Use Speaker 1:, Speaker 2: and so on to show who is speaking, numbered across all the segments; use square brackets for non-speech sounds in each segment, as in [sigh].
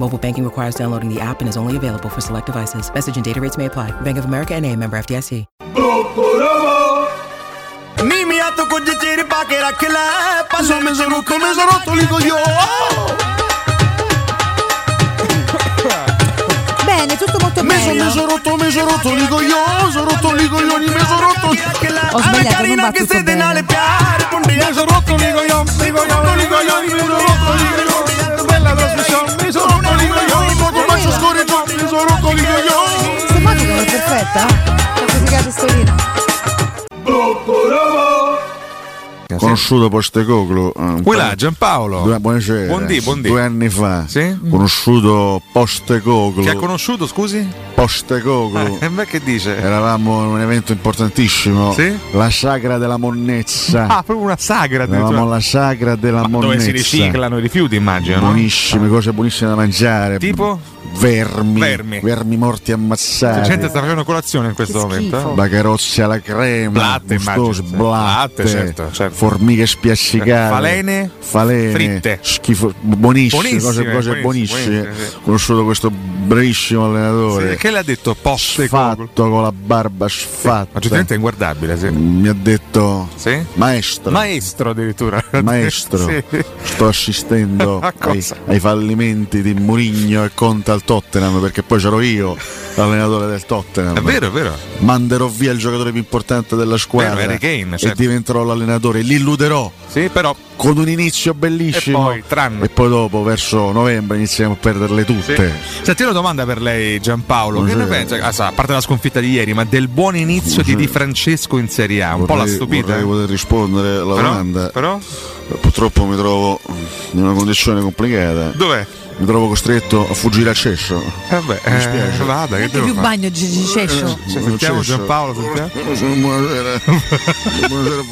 Speaker 1: Mobile banking requires downloading the app and is only available for select devices. Message and data rates may apply. Bank of America and a member FDIC.
Speaker 2: ਨੀ ਮੀਆਂ ਤੂੰ ਕੁਝ ਚਿਰ ਪਾ ਕੇ ਰੱਖ ਲੈ ਪਾਸੋਂ ਮੈਂ ਜ਼ਰੂਰ ਤੂੰ ਮੈਂ ਜ਼ਰੂਰ ਤੂੰ ਲਿਖੋ ਯੋ
Speaker 3: Bene, tutto molto
Speaker 2: ਮੈਂ ਜ਼ਰੂਰ ਮੈਂ
Speaker 3: bello.
Speaker 2: ਜ਼ਰੂਰ ਤੂੰ ਮੈਂ ਜ਼ਰੂਰ ਤੂੰ ਲਿਖੋ ਯੋ ਜ਼ਰੂਰ ਤੂੰ ਲਿਖੋ ਯੋ ਨੀ ਮੈਂ ਜ਼ਰੂਰ ਤੂੰ
Speaker 3: Ho sbagliato, non va tutto
Speaker 2: ਦੇ ਨਾਲ
Speaker 3: bene.
Speaker 2: ਪਿਆਰ ਮੁੰਡਿਆਂ ਜ਼ਰੂਰ ਤੂੰ ਲਿਖੋ ਯੋ ਲਿਖੋ ਯੋ ਲਿਖੋ ਯੋ ਨੀ ਮੈਂ ਜ਼ਰੂਰ ਤੂੰ ਲਿਖੋ ਯੋ ਤੇ bella trasmissione, mi sono tolito io, mi sono messo scorito, mi sono tolito io.
Speaker 3: Questa musica era perfetta. Ho musicato Stolino.
Speaker 4: Conosciuto a Postecoglu. eh, un
Speaker 5: Quella,
Speaker 4: paio-
Speaker 5: Giampaolo.
Speaker 4: Due, buonasera.
Speaker 5: Buondì, buondì.
Speaker 4: Due anni fa.
Speaker 5: Sì?
Speaker 4: Conosciuto Postecoglu.
Speaker 5: Chi ha conosciuto, scusi?
Speaker 4: Postecoglu.
Speaker 5: [laughs] Eh, beh, che dice?
Speaker 4: Eravamo in un evento importantissimo.
Speaker 5: Sì?
Speaker 4: La sagra della monnezza.
Speaker 5: [laughs] Ah, proprio una sagra addirittura.
Speaker 4: Eravamo alla sagra della
Speaker 5: Dove
Speaker 4: monnezza.
Speaker 5: si riciclano i rifiuti, immagino. no?
Speaker 4: Buonissime, cose buonissime da mangiare.
Speaker 5: Tipo?
Speaker 4: Vermi.
Speaker 5: Vermi.
Speaker 4: morti ammassati.
Speaker 5: La gente sta facendo colazione in questo
Speaker 3: Che
Speaker 5: momento.
Speaker 3: schifo.
Speaker 4: Bagarozzi alla crema,
Speaker 5: Latte,
Speaker 4: gustoso,
Speaker 5: immagino, sì.
Speaker 4: blatte,
Speaker 5: Latte, certo, certo.
Speaker 4: formiche spiaccicate,
Speaker 5: Falene,
Speaker 4: falene,
Speaker 5: fritte.
Speaker 4: schifo, buonissime,
Speaker 5: Buonissime,
Speaker 4: cose, cose
Speaker 5: buonissime,
Speaker 4: buonissime.
Speaker 5: buonissime, sì.
Speaker 4: Ho Conosciuto questo bravissimo
Speaker 5: eh? Sì,
Speaker 4: allenatore,
Speaker 5: che le ha detto Poste Coglu?
Speaker 4: fatto con la barba
Speaker 5: Ma
Speaker 4: sfatta,
Speaker 5: giustamente è inguardabile, sì.
Speaker 4: mi ha detto
Speaker 5: Sì?
Speaker 4: maestro.
Speaker 5: Maestro addirittura.
Speaker 4: Maestro,
Speaker 5: Sì.
Speaker 4: sto
Speaker 5: [laughs]
Speaker 4: assistendo
Speaker 5: A
Speaker 4: ai,
Speaker 5: cosa?
Speaker 4: ai fallimenti di Murigno e Conte al Tottenham perché poi c'ero io, l'allenatore del Tottenham.
Speaker 5: È vero, è vero.
Speaker 4: manderò via il giocatore più importante della squadra
Speaker 5: Vero, Harry Kane, certo.
Speaker 4: e diventerò l'allenatore, li illuderò
Speaker 5: Sì, però
Speaker 4: con un inizio bellissimo
Speaker 5: E poi, tranne.
Speaker 4: E poi dopo verso novembre iniziamo a perderle
Speaker 5: Sì.
Speaker 4: tutte.
Speaker 5: Senti una domanda per lei Giampaolo, che ne
Speaker 4: Buonasera.
Speaker 5: pensa? Ah, sa, a parte la sconfitta di ieri, ma del buon inizio di Di Francesco in Serie A, un po' la
Speaker 4: Vorrei-
Speaker 5: stupita.
Speaker 4: Vorrei
Speaker 5: eh?
Speaker 4: poter rispondere alla
Speaker 5: Però,
Speaker 4: domanda.
Speaker 5: però
Speaker 4: Purtroppo mi trovo in una condizione complicata.
Speaker 5: dov'è?
Speaker 4: Mi trovo costretto a fuggire a cesso.
Speaker 5: Eh beh, eh, vada, che
Speaker 3: Neanche
Speaker 5: devo
Speaker 3: più
Speaker 5: fare?
Speaker 3: bagno
Speaker 4: Eh,
Speaker 3: Gigi Cescio.
Speaker 5: Cioè, sentiamo
Speaker 4: Cesso.
Speaker 5: Giampaolo, sentiamo.
Speaker 4: [laughs] Buonasera. Buonasera.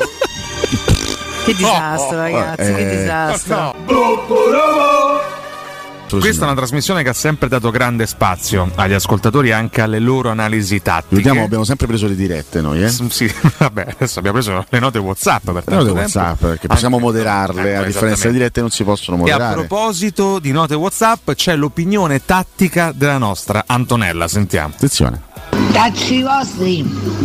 Speaker 3: Che disastro, ragazzi, che
Speaker 4: eh,
Speaker 3: disastro.
Speaker 5: Questa è una trasmissione che ha sempre dato grande spazio agli ascoltatori e anche alle loro analisi tattiche.
Speaker 4: Vediamo, abbiamo sempre preso le dirette noi, eh?
Speaker 5: S- [laughs] Sì, vabbè, adesso abbiamo preso le note WhatsApp per
Speaker 4: Però
Speaker 5: tanto
Speaker 4: devo
Speaker 5: tempo.
Speaker 4: WhatsApp perché possiamo
Speaker 5: Anche-
Speaker 4: moderarle,
Speaker 5: Ecco,
Speaker 4: a differenza
Speaker 5: esattamente.
Speaker 4: delle dirette non si possono
Speaker 5: E a
Speaker 4: moderare.
Speaker 5: proposito di note WhatsApp, c'è l'opinione tattica della nostra Antonella. Sentiamo.
Speaker 4: Attenzione.
Speaker 6: Tacci vostri,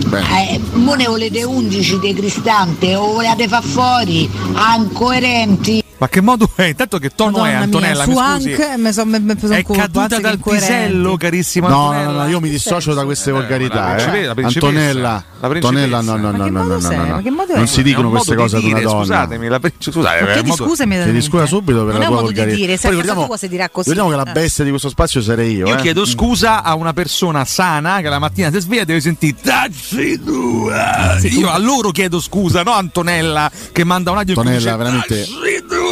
Speaker 4: Bene.
Speaker 6: eh, mo ne volete 11 di cristante o volete far fuori, ancoerenti.
Speaker 5: Ma che modo è? Intanto che tono è
Speaker 3: Madonna
Speaker 5: Antonella?
Speaker 3: mia, su eh,
Speaker 5: mi scusi.
Speaker 3: Hank mi sono
Speaker 5: è caduta dal pisello, carissima
Speaker 4: No, no,
Speaker 5: Antonella.
Speaker 4: no, io mi dissocio da queste
Speaker 5: la
Speaker 4: volgarità.
Speaker 5: principe-
Speaker 4: eh.
Speaker 5: la principessa.
Speaker 4: Antonella,
Speaker 5: La
Speaker 4: Antonella,
Speaker 5: principessa.
Speaker 4: no, no,
Speaker 3: Ma
Speaker 4: no,
Speaker 3: che
Speaker 4: no,
Speaker 3: modo
Speaker 4: no, no,
Speaker 3: sei?
Speaker 4: no.
Speaker 3: Ma che modo è?
Speaker 4: Non si
Speaker 5: È
Speaker 4: dicono
Speaker 5: un
Speaker 4: queste
Speaker 5: modo di
Speaker 4: cose ad una
Speaker 5: dire,
Speaker 4: donna.
Speaker 5: Scusatemi, la princi- scusate, è
Speaker 3: Perché
Speaker 5: un
Speaker 3: di
Speaker 5: modo-
Speaker 3: scusa mi
Speaker 4: Ti discuta subito per
Speaker 3: Non
Speaker 4: la
Speaker 3: è
Speaker 4: tua
Speaker 3: un modo di
Speaker 4: volgarità. Poi
Speaker 3: dire, se a casa
Speaker 4: ricordiamo,
Speaker 3: tua si dirà così.
Speaker 4: ricordiamo che la
Speaker 3: Eh.
Speaker 4: bestia di questo spazio sarei io.
Speaker 5: Io
Speaker 4: eh.
Speaker 5: chiedo scusa a una persona sana che la mattina si sveglia e deve sentire Tacci tua. Io a loro chiedo scusa, no Antonella che manda un audio in cui
Speaker 4: Antonella,
Speaker 5: dice,
Speaker 4: veramente-
Speaker 5: "Tacci tua".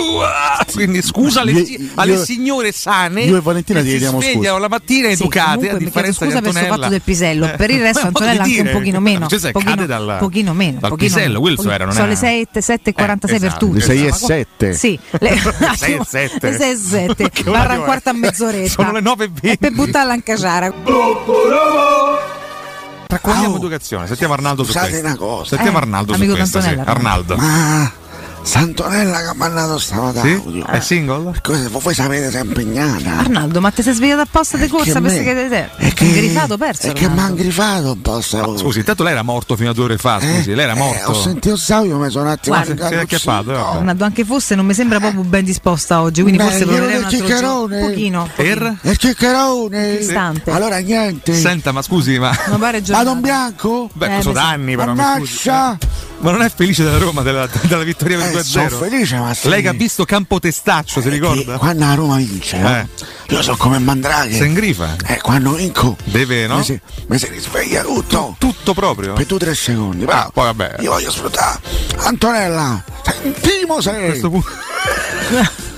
Speaker 5: Quindi scusa alle,
Speaker 4: Io-
Speaker 5: si- alle
Speaker 4: io-
Speaker 5: signore sane.
Speaker 4: io e Valentina
Speaker 5: che
Speaker 4: ti
Speaker 5: si
Speaker 4: chiediamo scusa.
Speaker 5: svegliano la mattina
Speaker 3: Sì,
Speaker 5: educate,
Speaker 3: comunque
Speaker 5: a
Speaker 3: mi chiedo
Speaker 5: differenza di
Speaker 3: scusa per sto
Speaker 5: Antonella.
Speaker 3: fatto del pisello, per
Speaker 5: [laughs]
Speaker 3: il resto
Speaker 5: Ma è modo di
Speaker 3: Antonella anche
Speaker 5: dire.
Speaker 3: un pochino meno.
Speaker 5: Cioè, se
Speaker 3: pochino,
Speaker 5: cade dal-
Speaker 3: pochino meno,
Speaker 5: dal
Speaker 3: pochino
Speaker 5: pisello,
Speaker 3: meno.
Speaker 5: quello era, non
Speaker 3: Sono
Speaker 5: era-
Speaker 3: le 7, 7 e 46
Speaker 5: Eh,
Speaker 3: per
Speaker 5: esatto,
Speaker 3: tutti.
Speaker 4: Le sei e
Speaker 3: Ma co-
Speaker 4: sette.
Speaker 3: Sì,
Speaker 5: [laughs]
Speaker 3: le
Speaker 5: 6 e 7.
Speaker 3: 6 e 7,
Speaker 5: Che
Speaker 3: barra
Speaker 5: orario
Speaker 3: un
Speaker 5: è?
Speaker 3: quarto a mezz'oretta.
Speaker 5: Sono le 9 e
Speaker 3: E
Speaker 5: 20.
Speaker 3: per buttarla in caciara.
Speaker 5: Raccogliamo educazione. Sentiamo Arnaldo su
Speaker 4: Scusate
Speaker 5: questo.
Speaker 4: una cosa.
Speaker 5: Sentiamo
Speaker 3: Eh,
Speaker 5: Arnaldo su
Speaker 3: amico di
Speaker 5: questo. sì.
Speaker 3: Antonella.
Speaker 5: Arnaldo.
Speaker 4: Ah,
Speaker 7: Santonella che ha mandato stamattina
Speaker 5: Sì? È single?
Speaker 7: Cosa- Eh, voi sapete se è impegnata
Speaker 3: Arnaldo, ma ti sei svegliato apposta di corsa per
Speaker 7: me-
Speaker 3: chiedere te?
Speaker 7: è che-
Speaker 3: Ingrifato, perso.
Speaker 7: è che mi ha
Speaker 3: Arnaldo.
Speaker 7: ingrifato un po' sta
Speaker 3: Eh.
Speaker 7: voce.
Speaker 5: Scusi, intanto lei era morto fino a due ore fa,
Speaker 7: Eh?
Speaker 5: scusi, lei era
Speaker 7: Eh,
Speaker 5: morto.
Speaker 7: ho sentito Savio mi sono un attimo
Speaker 3: Guarda,
Speaker 7: ficato
Speaker 5: si è acchiappato, eh,
Speaker 7: zitto.
Speaker 5: vabbè.
Speaker 3: Arnaldo, anche fosse non mi
Speaker 5: Eh.
Speaker 3: sembra proprio ben disposta oggi, quindi
Speaker 7: Beh,
Speaker 3: forse
Speaker 7: glielo
Speaker 3: proverei un
Speaker 7: del
Speaker 3: altro giro.
Speaker 7: chiccherone.
Speaker 3: Un pochino.
Speaker 5: Per?
Speaker 7: E il chiccherone
Speaker 3: Distante.
Speaker 7: allora niente
Speaker 5: Senta, ma scusi, ma.
Speaker 3: Non pare
Speaker 7: vado in
Speaker 3: giornata.
Speaker 7: bianco
Speaker 5: Beh,
Speaker 3: Eh,
Speaker 5: sono
Speaker 3: mi sa-
Speaker 5: danni, però. mi scusi.
Speaker 7: Mannaggia
Speaker 5: Ma non è felice della Roma, della, della vittoria per
Speaker 7: Eh, sono
Speaker 5: 2-0.
Speaker 7: felice ma sì.
Speaker 5: Lei che ha visto Campo Testaccio,
Speaker 4: Eh,
Speaker 5: si
Speaker 7: Che
Speaker 5: ricorda?
Speaker 7: quando la Roma vince no?
Speaker 5: Eh.
Speaker 7: io sono come mandraghe
Speaker 5: Se ingrifa.
Speaker 7: Eh, quando vinco
Speaker 5: Deve, no?
Speaker 7: mi, si, mi si risveglia tutto
Speaker 5: Tutto proprio.
Speaker 7: per due o tre secondi
Speaker 5: Ah,
Speaker 7: però
Speaker 5: poi vabbè.
Speaker 7: io voglio sfruttare Antonella sentimo
Speaker 5: A
Speaker 7: se
Speaker 5: questo punto,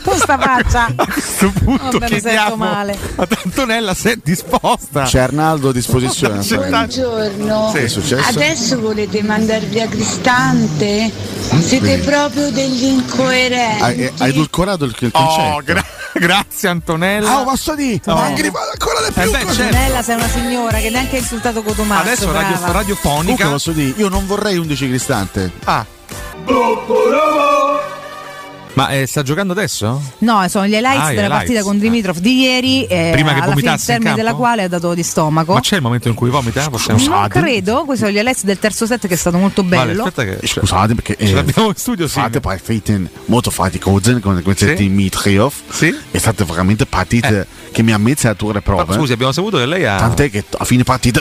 Speaker 3: Tu sta
Speaker 5: [laughs]
Speaker 3: faccia.
Speaker 5: a questo punto
Speaker 3: Vabbè, mi sento
Speaker 5: chiediamo
Speaker 3: male.
Speaker 5: ad Antonella se è disposta.
Speaker 4: C'è Arnaldo a disposizione. Antonella.
Speaker 5: Accettare-
Speaker 6: Buongiorno,
Speaker 5: Sì, è
Speaker 4: successo?
Speaker 6: adesso volete mandar via Cristante? Siete
Speaker 4: Sì. Ah, eh.
Speaker 6: proprio degli
Speaker 4: Hai,
Speaker 6: incoerenti.
Speaker 4: hai- hai edulcorato il, il
Speaker 5: Oh,
Speaker 4: concetto.
Speaker 5: gra- grazie Antonella.
Speaker 7: ah posso dire
Speaker 5: No.
Speaker 7: ma ha grifato ancora di più
Speaker 5: Eh, beh,
Speaker 7: così.
Speaker 5: certo.
Speaker 3: Bella, sei una signora che neanche ha insultato Cotomazzo.
Speaker 5: Adesso
Speaker 3: brava.
Speaker 5: radio- radiofonica.
Speaker 4: Comunque posso dire, io non vorrei 11 cristante.
Speaker 5: Ah. Ma eh, sta giocando adesso?
Speaker 3: No, sono gli highlights
Speaker 5: Ah, gli
Speaker 3: della
Speaker 5: highlights.
Speaker 3: partita con Dimitrov di ieri, eh,
Speaker 5: Prima che
Speaker 3: alla fine,
Speaker 5: vomitasse
Speaker 3: al
Speaker 5: in
Speaker 3: termine
Speaker 5: campo?
Speaker 3: della quale ha dato di stomaco.
Speaker 5: Ma c'è il momento in cui vomita? Possiamo
Speaker 3: non
Speaker 5: Ah,
Speaker 3: credo, questi sono gli highlights del terzo set che è stato molto
Speaker 5: Vale,
Speaker 3: bello.
Speaker 5: aspetta che ce
Speaker 4: Scusate perché eh,
Speaker 5: l'abbiamo in studio, sì.
Speaker 4: fate poi fate molto faticosen con questo
Speaker 5: Sì.
Speaker 4: Dimitriov.
Speaker 5: Sì.
Speaker 4: È state veramente partite che mi ha messo a ture
Speaker 5: Però,
Speaker 4: prove.
Speaker 5: Scusi, abbiamo saputo che lei ha,
Speaker 4: eh. Tant'è che a fine partita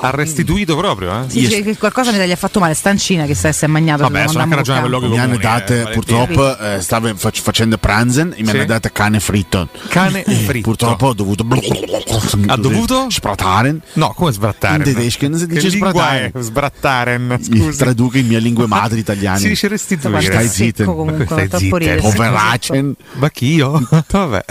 Speaker 5: ha restituito proprio, eh?
Speaker 3: Sì,
Speaker 4: Yes.
Speaker 3: dice che qualcosa mi gli ha fatto male, stancina che sa essere magnato. se
Speaker 5: Vabbè,
Speaker 3: lo
Speaker 5: sono anche ragione
Speaker 3: mandammo
Speaker 5: per
Speaker 3: col
Speaker 5: luoghi
Speaker 4: mi hanno
Speaker 5: comuni.
Speaker 4: date
Speaker 5: eh,
Speaker 4: purtroppo eh, stavo fac- facendo pranzen e mi
Speaker 5: Sì.
Speaker 4: hanno date cane fritto.
Speaker 5: Cane
Speaker 4: Eh,
Speaker 5: fritto.
Speaker 4: Purtroppo ho dovuto
Speaker 5: Ha dovuto?
Speaker 4: sprataren.
Speaker 5: No, come sbrattare?
Speaker 4: In tedesco si dice sbrattare.
Speaker 5: Sbrattaren,
Speaker 4: Mi
Speaker 5: scusa.
Speaker 4: Traduco in mia lingua madre italiana.
Speaker 5: [laughs] Si dice
Speaker 3: campo.
Speaker 4: Stai
Speaker 3: Guarda,
Speaker 5: restituire.
Speaker 4: zitto.
Speaker 3: secco comunque,
Speaker 5: [laughs] Stai
Speaker 3: fa troppo
Speaker 5: zitta, eh.
Speaker 3: ridere.
Speaker 4: Poveracen.
Speaker 5: Ma
Speaker 4: [laughs]
Speaker 5: chi io? Vabbè.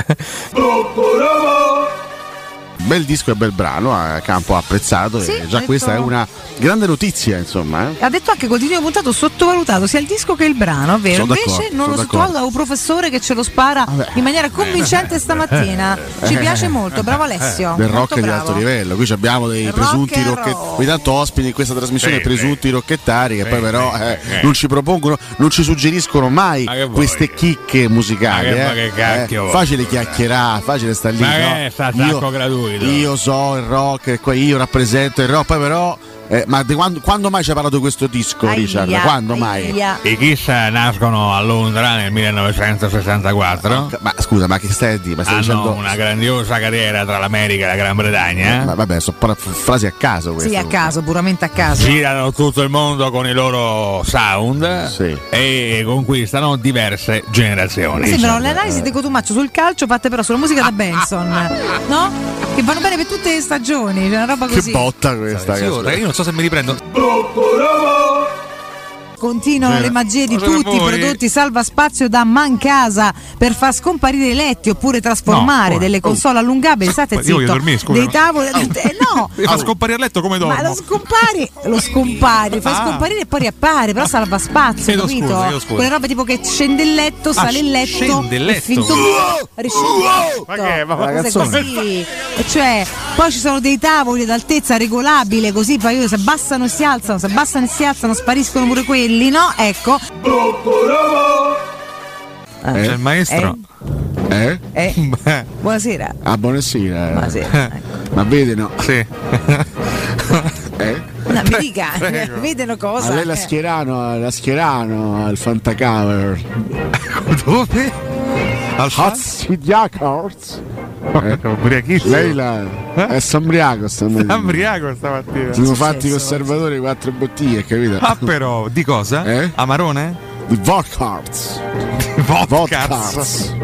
Speaker 4: Bel disco e bel brano, eh, Campo ha apprezzato
Speaker 3: Sì,
Speaker 4: e già
Speaker 3: ha
Speaker 4: questa è
Speaker 3: detto-
Speaker 4: una grande notizia, insomma. eh.
Speaker 3: Ha detto anche continuo puntato sottovalutato sia il disco che il brano, vero?
Speaker 4: Sono
Speaker 3: Invece
Speaker 4: d'accordo,
Speaker 3: non
Speaker 4: sono
Speaker 3: lo sottovaluta un professore che ce lo spara
Speaker 4: Vabbè.
Speaker 3: in maniera
Speaker 5: [laughs]
Speaker 3: convincente stamattina. Ci piace molto, bravo Alessio.
Speaker 4: Del rock
Speaker 3: molto
Speaker 4: di
Speaker 3: bravo.
Speaker 4: alto livello, qui ci abbiamo dei
Speaker 3: Rock
Speaker 4: presunti
Speaker 3: and
Speaker 4: rocchettari.
Speaker 3: roll.
Speaker 4: Ogni tanto ospiti in questa trasmissione
Speaker 5: Sì,
Speaker 4: presunti rocchettari che poi però eh,
Speaker 5: sì, sì.
Speaker 4: non ci propongono, non ci suggeriscono mai
Speaker 5: Ma che vuoi?
Speaker 4: queste chicche musicali.
Speaker 5: Ma che-
Speaker 4: eh.
Speaker 5: ma che cacchio
Speaker 4: Eh,
Speaker 5: vuoi?
Speaker 4: facile chiacchierare, facile star lì.
Speaker 5: Ma
Speaker 4: no?
Speaker 5: che è sta attacco gratuito?
Speaker 4: io so il rock, e qua io rappresento il rock, poi però. eh, ma di quando, quando mai ci ha parlato di questo disco,
Speaker 3: Aia,
Speaker 4: Richard? Quando mai?
Speaker 3: aia.
Speaker 5: I Kiss nascono a Londra nel 1964.
Speaker 4: Ma scusa, ma che stai a dire? Ma
Speaker 5: Ah,
Speaker 4: stai dicendo.
Speaker 5: grandiosa carriera tra l'America e la Gran
Speaker 4: Ma
Speaker 5: Bretagna.
Speaker 4: vabbè, sono fra- frasi a caso queste.
Speaker 3: Sì, a caso, puramente a
Speaker 4: Ah,
Speaker 3: caso.
Speaker 5: Girano tutto il mondo con i loro sound
Speaker 4: Sì.
Speaker 5: e conquistano diverse
Speaker 3: Mi
Speaker 5: generazioni.
Speaker 3: sembrano le analisi di Cotumaccio sul calcio fatte però sulla musica da Benson, no? Che vanno bene per tutte le stagioni, cioè una roba
Speaker 4: Che
Speaker 3: così.
Speaker 4: botta questa,
Speaker 5: Sì, ora,
Speaker 4: caspita.
Speaker 5: io non so se mi riprendo.
Speaker 3: Continuano le magie di
Speaker 5: Cosa per
Speaker 3: tutti i
Speaker 5: voi?
Speaker 3: prodotti salva spazio da Mancasa per far scomparire i letti oppure trasformare
Speaker 5: No,
Speaker 4: oh.
Speaker 3: delle
Speaker 5: come?
Speaker 3: console allungabili, state
Speaker 5: Io voglio
Speaker 3: zitto,
Speaker 5: dormire, scusa.
Speaker 3: dei tavoli, eh, no!
Speaker 5: Mi fa scomparire il letto come dormo.
Speaker 3: Ma lo scompari, lo scompari, fai
Speaker 5: Ah.
Speaker 3: scomparire e poi riappare, però salva spazio,
Speaker 5: Chiedo
Speaker 3: capito?
Speaker 5: scusa, chiedo scusa. Ah,
Speaker 3: Quelle robe tipo che scende il letto, sale il letto,
Speaker 5: scende il
Speaker 3: è
Speaker 5: letto.
Speaker 3: finto riscende il letto.
Speaker 5: Ma che- ma-
Speaker 3: Cose
Speaker 4: Ragazzone.
Speaker 3: così. E cioè, poi ci sono dei tavoli ad altezza regolabile, così poi io- si abbassano e si alzano, si abbassano e si alzano, spariscono pure quelli, no? Ecco.
Speaker 5: C'è il maestro.
Speaker 4: Eh?
Speaker 3: Eh,
Speaker 5: Beh,
Speaker 3: buonasera.
Speaker 4: Ah, buonasera.
Speaker 3: Buonasera.
Speaker 5: Eh.
Speaker 4: Ma vedi no?
Speaker 5: sì.
Speaker 4: Eh?
Speaker 3: No, mi dica, [laughs] vedono
Speaker 4: Ma
Speaker 3: cosa.
Speaker 4: lei la
Speaker 3: eh.
Speaker 4: schierano, la schierano al Fantacover.
Speaker 5: [laughs] Dove? Al
Speaker 4: Hazzi Diakars.
Speaker 5: Ubriachissimo.
Speaker 4: Eh? Lei la. È sombriaco
Speaker 5: Sta
Speaker 4: stamattina.
Speaker 5: ubriaco stamattina.
Speaker 4: Sono fatti i conservatori quattro bottiglie, capito?
Speaker 5: Ah però, di cosa?
Speaker 4: Eh?
Speaker 5: Amarone?
Speaker 4: Di Vodkarts.
Speaker 5: Vodka.
Speaker 4: Vodkarts.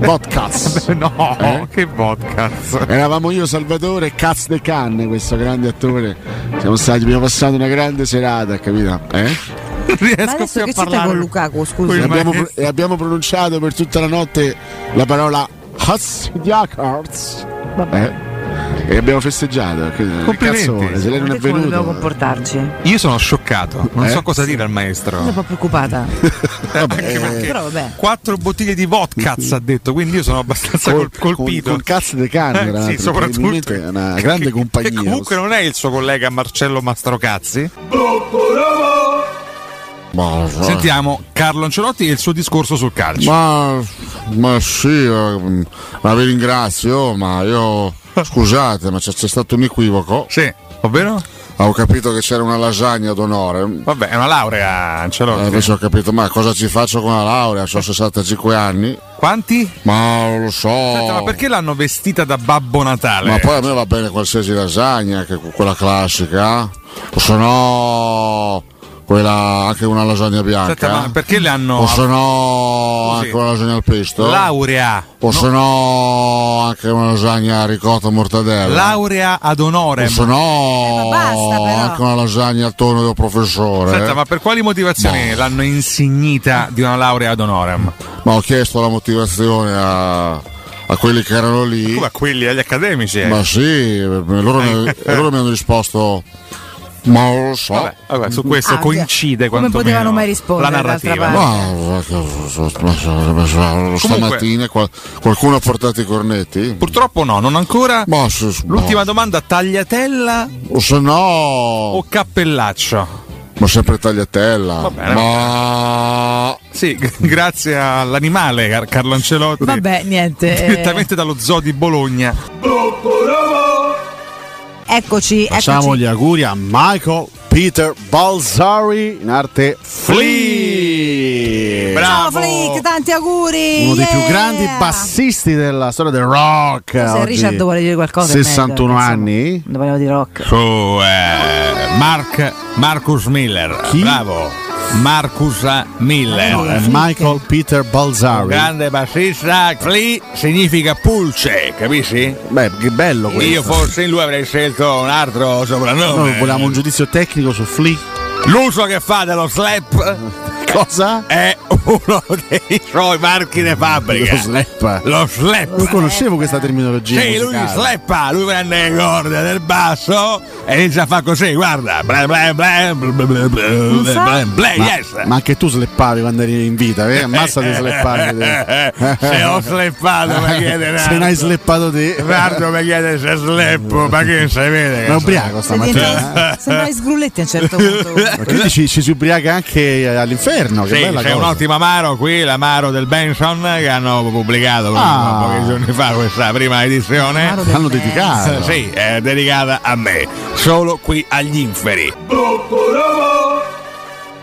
Speaker 4: Vodkarts.
Speaker 5: No,
Speaker 4: Eh?
Speaker 5: che vodka.
Speaker 4: Eravamo io, Salvatore e Caz De Canne, questo grande attore. Siamo stati, abbiamo passato una grande serata, capito? Eh?
Speaker 5: Non riesco
Speaker 3: Ma adesso
Speaker 5: più a
Speaker 3: che c'entra
Speaker 5: parlare.
Speaker 3: con Lukaku, scusa?
Speaker 4: E
Speaker 5: Quel
Speaker 4: abbiamo, pro-
Speaker 5: maestro.
Speaker 4: e abbiamo pronunciato per tutta la notte la parola Hassidiakarts. Eh? E abbiamo festeggiato. che- che
Speaker 5: Complimenti.
Speaker 4: cazzo vuole? Se lei non è
Speaker 3: Come dobbiamo
Speaker 4: venuto.
Speaker 3: comportarci?
Speaker 5: Io sono scioccato, non
Speaker 4: Eh?
Speaker 5: so cosa dire al maestro.
Speaker 3: Sono un po' preoccupata.
Speaker 4: Vabbè, eh,
Speaker 3: Però vabbè.
Speaker 5: Quattro bottiglie di vodka ha detto, quindi io sono abbastanza
Speaker 4: Mm-hmm. col-
Speaker 5: [laughs] col- colpito.
Speaker 4: Con, con cazzo di canne,
Speaker 5: Eh,
Speaker 4: tra
Speaker 5: [laughs] sì,
Speaker 4: l'altro,
Speaker 5: soprattutto
Speaker 4: probabilmente è una grande
Speaker 5: che-
Speaker 4: compagnia. Oh.
Speaker 5: Che comunque non è il suo collega Marcello Mastrocazzi.
Speaker 4: Ma,
Speaker 5: Sentiamo Carlo Ancelotti e il suo discorso sul calcio.
Speaker 4: ma, ma sì, eh, ma vi ringrazio, oh, ma
Speaker 5: [laughs]
Speaker 4: io scusate, ma c'è, c'è stato un equivoco.
Speaker 5: Sì, ovvero?
Speaker 4: Ho capito che c'era una lasagna d'onore.
Speaker 5: Vabbè, è una laurea Ancelotti.
Speaker 4: Eh, Invece ho capito, ma cosa ci faccio con la laurea? Ho 65 anni.
Speaker 5: Quanti?
Speaker 4: Ma lo so.
Speaker 5: Aspetta, ma perché l'hanno vestita da Babbo Natale?
Speaker 4: Oh. Ma poi a me va bene qualsiasi lasagna, anche quella classica. eh. O se no, quella, anche una lasagna bianca. eh.
Speaker 5: Aspetta, ma perché le hanno
Speaker 4: O se no,
Speaker 5: Così.
Speaker 4: anche una lasagna al pesto.
Speaker 5: laurea?
Speaker 4: o se no, anche una lasagna ricotta e mortadella.
Speaker 5: Laurea ad onore.
Speaker 4: o se
Speaker 3: Eh,
Speaker 4: no,
Speaker 3: ma basta, però.
Speaker 4: anche una lasagna al tono del professore. eh.
Speaker 5: Aspetta, ma per quali motivazioni
Speaker 4: Boh.
Speaker 5: l'hanno insignita di una laurea ad honorem?
Speaker 4: Ma ho chiesto la motivazione a, a quelli che erano lì.
Speaker 5: Come a quelli agli accademici? eh.
Speaker 4: Ma sì, loro, mi- e loro mi hanno risposto. Ma lo so.
Speaker 5: Vabbè, vabbè, su questo
Speaker 3: Ah,
Speaker 5: coincide
Speaker 3: come
Speaker 5: quantomeno
Speaker 3: potevano mai rispondere,
Speaker 5: la
Speaker 3: d'altra
Speaker 5: narrativa.
Speaker 3: parte?
Speaker 4: Ma- stamattina qual- qualcuno ha portato i cornetti?
Speaker 5: Purtroppo no, non ancora.
Speaker 4: Ma se, ma-
Speaker 5: L'ultima domanda, tagliatella
Speaker 4: o se no,
Speaker 5: o cappellaccio?
Speaker 4: ma sempre tagliatella.
Speaker 5: bene,
Speaker 4: ma
Speaker 5: Sì, [laughs] g- grazie all'animale Car- Carlo Ancelotti.
Speaker 3: Vabbè, niente. eh,
Speaker 5: Direttamente dallo zoo di Bologna.
Speaker 3: Eccoci,
Speaker 8: Facciamo
Speaker 3: eccoci.
Speaker 8: gli auguri a Michael Peter Balzari in arte Flea.
Speaker 3: Ciao
Speaker 5: Bravo!
Speaker 3: Flick, tanti auguri!
Speaker 8: Uno dei più
Speaker 3: yeah!
Speaker 8: grandi bassisti della storia del rock.
Speaker 3: Se
Speaker 8: oggi.
Speaker 3: Richard vuole dire qualcosa, è meglio,
Speaker 8: 61
Speaker 3: insomma.
Speaker 8: anni.
Speaker 3: Non parliamo di rock.
Speaker 5: Su, eh, Mark, Marcus Miller.
Speaker 8: Chi?
Speaker 5: Bravo. Marcus Miller.
Speaker 8: Eh, Michael Peter Balzari.
Speaker 5: Grande bassista, Flea significa pulce, capisci?
Speaker 8: Beh, che bello questo.
Speaker 5: Io forse in lui avrei scelto un altro soprannome.
Speaker 8: Noi volevamo un giudizio tecnico su Flea.
Speaker 5: L'uso che fa dello slap
Speaker 8: Cosa?
Speaker 5: è uno dei suoi marchi di fabbrica.
Speaker 8: Lo slap.
Speaker 5: Lo
Speaker 8: Non
Speaker 5: slap.
Speaker 8: conoscevo questa terminologia.
Speaker 5: Eh. Sì, lui
Speaker 8: musicale.
Speaker 5: sleppa, lui prende le corde del basso e inizia a fare così, guarda. Bla bla bla bla bla bla bla bla bla,
Speaker 8: Ma,
Speaker 5: yes.
Speaker 8: ma anche tu sleppavi quando eri in vita, eh? ammazza di
Speaker 5: [laughs]
Speaker 8: sleppare.
Speaker 5: Eh, eh,
Speaker 8: te.
Speaker 5: Se ho sleppato, mi chiede
Speaker 8: [laughs] Se ne hai sleppato te.
Speaker 5: Nardo mi chiede se sleppo, ma che si vede?
Speaker 8: Ma è
Speaker 5: che
Speaker 8: ubriaco
Speaker 3: Sei
Speaker 8: stamattina. eh?
Speaker 3: diventato- Sembrai sgrulletti a un certo punto.
Speaker 8: [laughs] Ma quindi ci, ci si ubriaca anche all'inferno. Che
Speaker 5: Sì,
Speaker 8: bella
Speaker 5: c'è
Speaker 8: cosa.
Speaker 5: un ottimo amaro qui, l'amaro del Benson, che hanno pubblicato
Speaker 8: Ah.
Speaker 5: pochi giorni fa questa prima edizione.
Speaker 3: Amaro
Speaker 8: L'hanno
Speaker 3: del
Speaker 8: dedicato.
Speaker 5: Sì, è dedicata a me, solo qui agli inferi.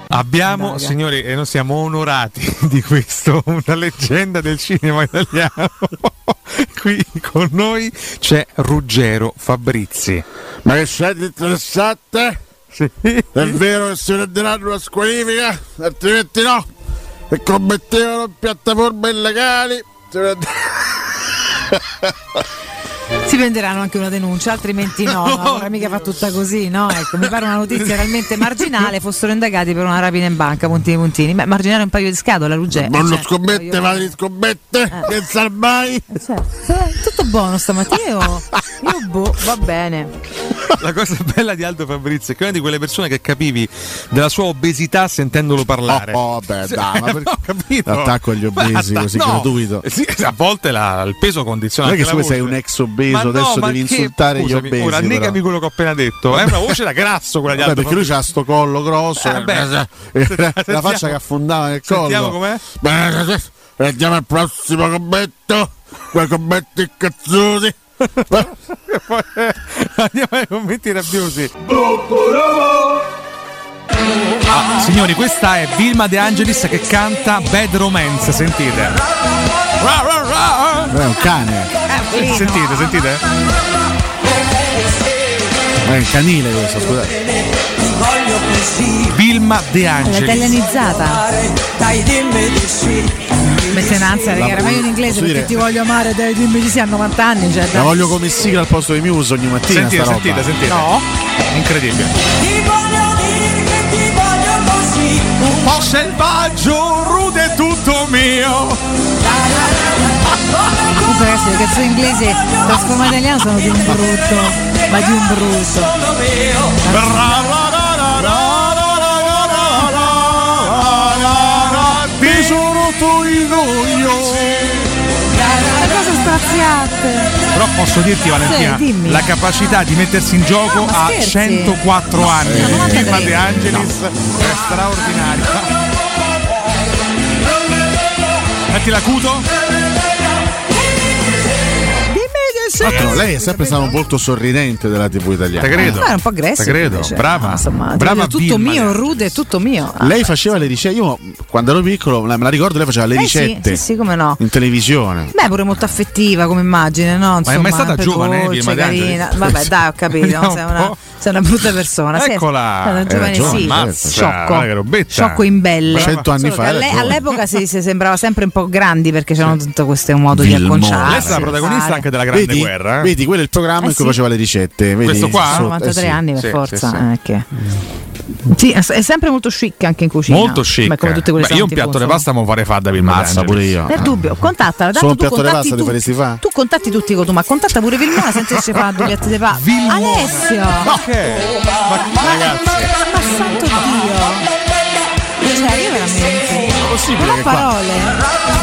Speaker 5: Abbiamo, signori, e noi siamo onorati [laughs] di questo, una leggenda del cinema italiano. [laughs] Qui con noi c'è Ruggero Fabrizi.
Speaker 4: ma che siete interessate? È vero che si prenderanno la squalifica? Altrimenti no! E commettevano piattaforme illegali! Si prende-
Speaker 3: Si prenderanno anche una denuncia, altrimenti
Speaker 8: [laughs]
Speaker 3: no, no, allora mica fa tutta così, no? Ecco, mi pare una notizia realmente marginale, fossero indagati per una rapina in banca, puntini puntini. Beh, marginare un paio di scatole, Ruggero.
Speaker 4: Ma non
Speaker 3: Cioè,
Speaker 4: scommette,
Speaker 3: voglio-
Speaker 4: ma li scommette! Che salvai!
Speaker 3: Cioè, eh, tutto buono stamattina, io, io boh, va bene.
Speaker 8: [laughs]
Speaker 5: La cosa bella di Aldo Fabrizio è che è una di quelle persone che capivi della sua obesità sentendolo parlare.
Speaker 4: Oh, oh, beh, dai,
Speaker 5: [laughs]
Speaker 4: ma
Speaker 5: Eh,
Speaker 4: perché-
Speaker 5: no, capito?
Speaker 8: L'attacco agli obesi
Speaker 5: Basta,
Speaker 8: così
Speaker 5: no. Eh,
Speaker 8: gratuito.
Speaker 5: Sì, a volte la- il peso condiziona
Speaker 8: Non è che
Speaker 5: anche
Speaker 8: tu
Speaker 5: la
Speaker 8: sei
Speaker 5: voce.
Speaker 8: un ex obeso,
Speaker 5: Ma no,
Speaker 8: adesso
Speaker 5: ma
Speaker 8: devi
Speaker 5: che-
Speaker 8: insultare gli
Speaker 5: scusami,
Speaker 8: obesi.
Speaker 5: Ora,
Speaker 8: però.
Speaker 5: negami quello che ho appena detto. È una voce da grasso quella di
Speaker 8: Vabbè,
Speaker 5: Aldo
Speaker 8: perché lui c'ha sto collo grosso,
Speaker 5: esatto, Eh, beh.
Speaker 8: eh, la
Speaker 5: Sentiamo-
Speaker 8: faccia che affondava nel collo.
Speaker 5: Sentiamo com'è.
Speaker 4: Beh, Andiamo al prossimo commento! Quei commenti incazzuti!
Speaker 5: [laughs] Andiamo ai commenti rabbiosi. Ah, signori, questa è Vilma De Angelis che canta Bad Romance, sentite. Ra, ra, ra.
Speaker 8: È un cane,
Speaker 3: Eh,
Speaker 5: Sentite, sentite.
Speaker 8: è un canile questo, scusate.
Speaker 5: Vilma De
Speaker 3: L'ha
Speaker 5: Angelis.
Speaker 3: italianizzata. Messenanza, raga, era meglio in inglese
Speaker 8: posso
Speaker 3: perché
Speaker 8: dire-
Speaker 3: ti voglio amare, dai, dimmi di sì, a 90 anni, cioè,
Speaker 8: La
Speaker 3: dai.
Speaker 8: voglio come sigla al posto di Muse ogni mattina.
Speaker 5: Sentite,
Speaker 8: sta roba.
Speaker 5: sentite, sentite.
Speaker 3: No.
Speaker 5: Incredibile. Un po' selvaggio, rude tutto mio.
Speaker 3: Scusa ragazzi, le canzoni inglesi trasformate in italiano sono di un brutto, ma di un brutto.
Speaker 5: Ra, ra, ra, ra, ra, ra, ra, ra, ra, ra, ra, ra.
Speaker 3: Ma cosa sta Fiat.
Speaker 5: Però posso dirti Valentina,
Speaker 3: Sì, dimmi.
Speaker 5: la capacità di mettersi in gioco
Speaker 3: No, ma
Speaker 5: a
Speaker 3: scherzi?
Speaker 5: 104
Speaker 3: No,
Speaker 5: anni
Speaker 3: sì,
Speaker 5: di Prima
Speaker 3: 93.
Speaker 5: De Angelis è straordinaria. Metti l'acuto?
Speaker 4: Tra l'altro, lei è sempre stato un volto sorridente della TV italiana.
Speaker 5: Te credo.
Speaker 3: Ma era un po' aggressivo.
Speaker 5: Te credo,
Speaker 3: invece.
Speaker 5: brava.
Speaker 3: No, insomma, ti
Speaker 5: Brava
Speaker 3: voglio tutto
Speaker 5: bimba.
Speaker 3: mio, rude, tutto mio. Ah,
Speaker 4: Eh. Lei faceva le ricette. Io quando ero piccolo me la ricordo, lei faceva le
Speaker 3: eh
Speaker 4: ricette
Speaker 3: Sì, sì, sì, come no.
Speaker 4: in televisione.
Speaker 3: Beh, pure molto affettiva come immagine, no?
Speaker 5: Ma è
Speaker 3: Insomma,
Speaker 5: mai stata
Speaker 3: sempre
Speaker 5: giovane, eh,
Speaker 3: dolce,
Speaker 5: Vilma De Angelis?
Speaker 3: carina. Vabbè, dai, ho
Speaker 5: [laughs]
Speaker 3: capito.
Speaker 5: Vediamo
Speaker 3: sei,
Speaker 5: un
Speaker 3: una,
Speaker 5: po'.
Speaker 3: sei una brutta persona. Sei-
Speaker 5: Eccola.
Speaker 3: sei una
Speaker 5: Era
Speaker 3: giovane,
Speaker 4: giovane,
Speaker 3: sì.
Speaker 4: mazza,
Speaker 3: sciocco.
Speaker 5: guarda che robetta.
Speaker 3: Sciocco in belle.
Speaker 4: Brava. Certo. Cento anni
Speaker 3: Solo
Speaker 4: fa
Speaker 3: che
Speaker 4: era
Speaker 3: alle-
Speaker 4: giovane.
Speaker 3: all'epoca si, si sembrava sempre un po' grandi perché c'erano tutto questo modo di
Speaker 4: Vilmona.
Speaker 3: acconciarsi.
Speaker 5: Lei è stata la protagonista
Speaker 3: fare.
Speaker 5: anche della Grande
Speaker 4: Ah, vedi,
Speaker 5: Guerra. eh?
Speaker 4: vedi, quello è il programma
Speaker 3: Eh,
Speaker 4: in cui
Speaker 3: sì.
Speaker 4: faceva le ricette. Vedi,
Speaker 5: Questo qua?
Speaker 4: sotto, eh,
Speaker 3: 93
Speaker 4: sì.
Speaker 3: anni per
Speaker 5: Sì, sì,
Speaker 3: forza.
Speaker 5: sì.
Speaker 3: eh, che- Sì, è è sempre molto chic anche in cucina.
Speaker 5: Molto chic. eh.
Speaker 3: Beh, come tutte quelle
Speaker 5: Beh, io un
Speaker 3: fonti,
Speaker 5: piatto di
Speaker 3: insomma.
Speaker 5: pasta mi fare fa da Vilma
Speaker 4: Mazza
Speaker 5: De Angelis.
Speaker 4: pure io.
Speaker 3: Per dubbio, contattala. Tanto
Speaker 4: Ah. Solo un
Speaker 3: tu
Speaker 4: piatto di
Speaker 3: contatti
Speaker 4: pasta ti
Speaker 3: tutti.
Speaker 4: faresti fa?
Speaker 3: Tu contatti tutti con tu, ma contatta pure Vilmona se ci fa due piatti di pasta. Alessio!
Speaker 5: Ma che? Ma cioè, ragazzi,
Speaker 3: Ma santo Dio! Cioè, io veramente.
Speaker 4: Ma possibile
Speaker 3: Non
Speaker 4: che
Speaker 3: ho
Speaker 4: qua?
Speaker 3: parole.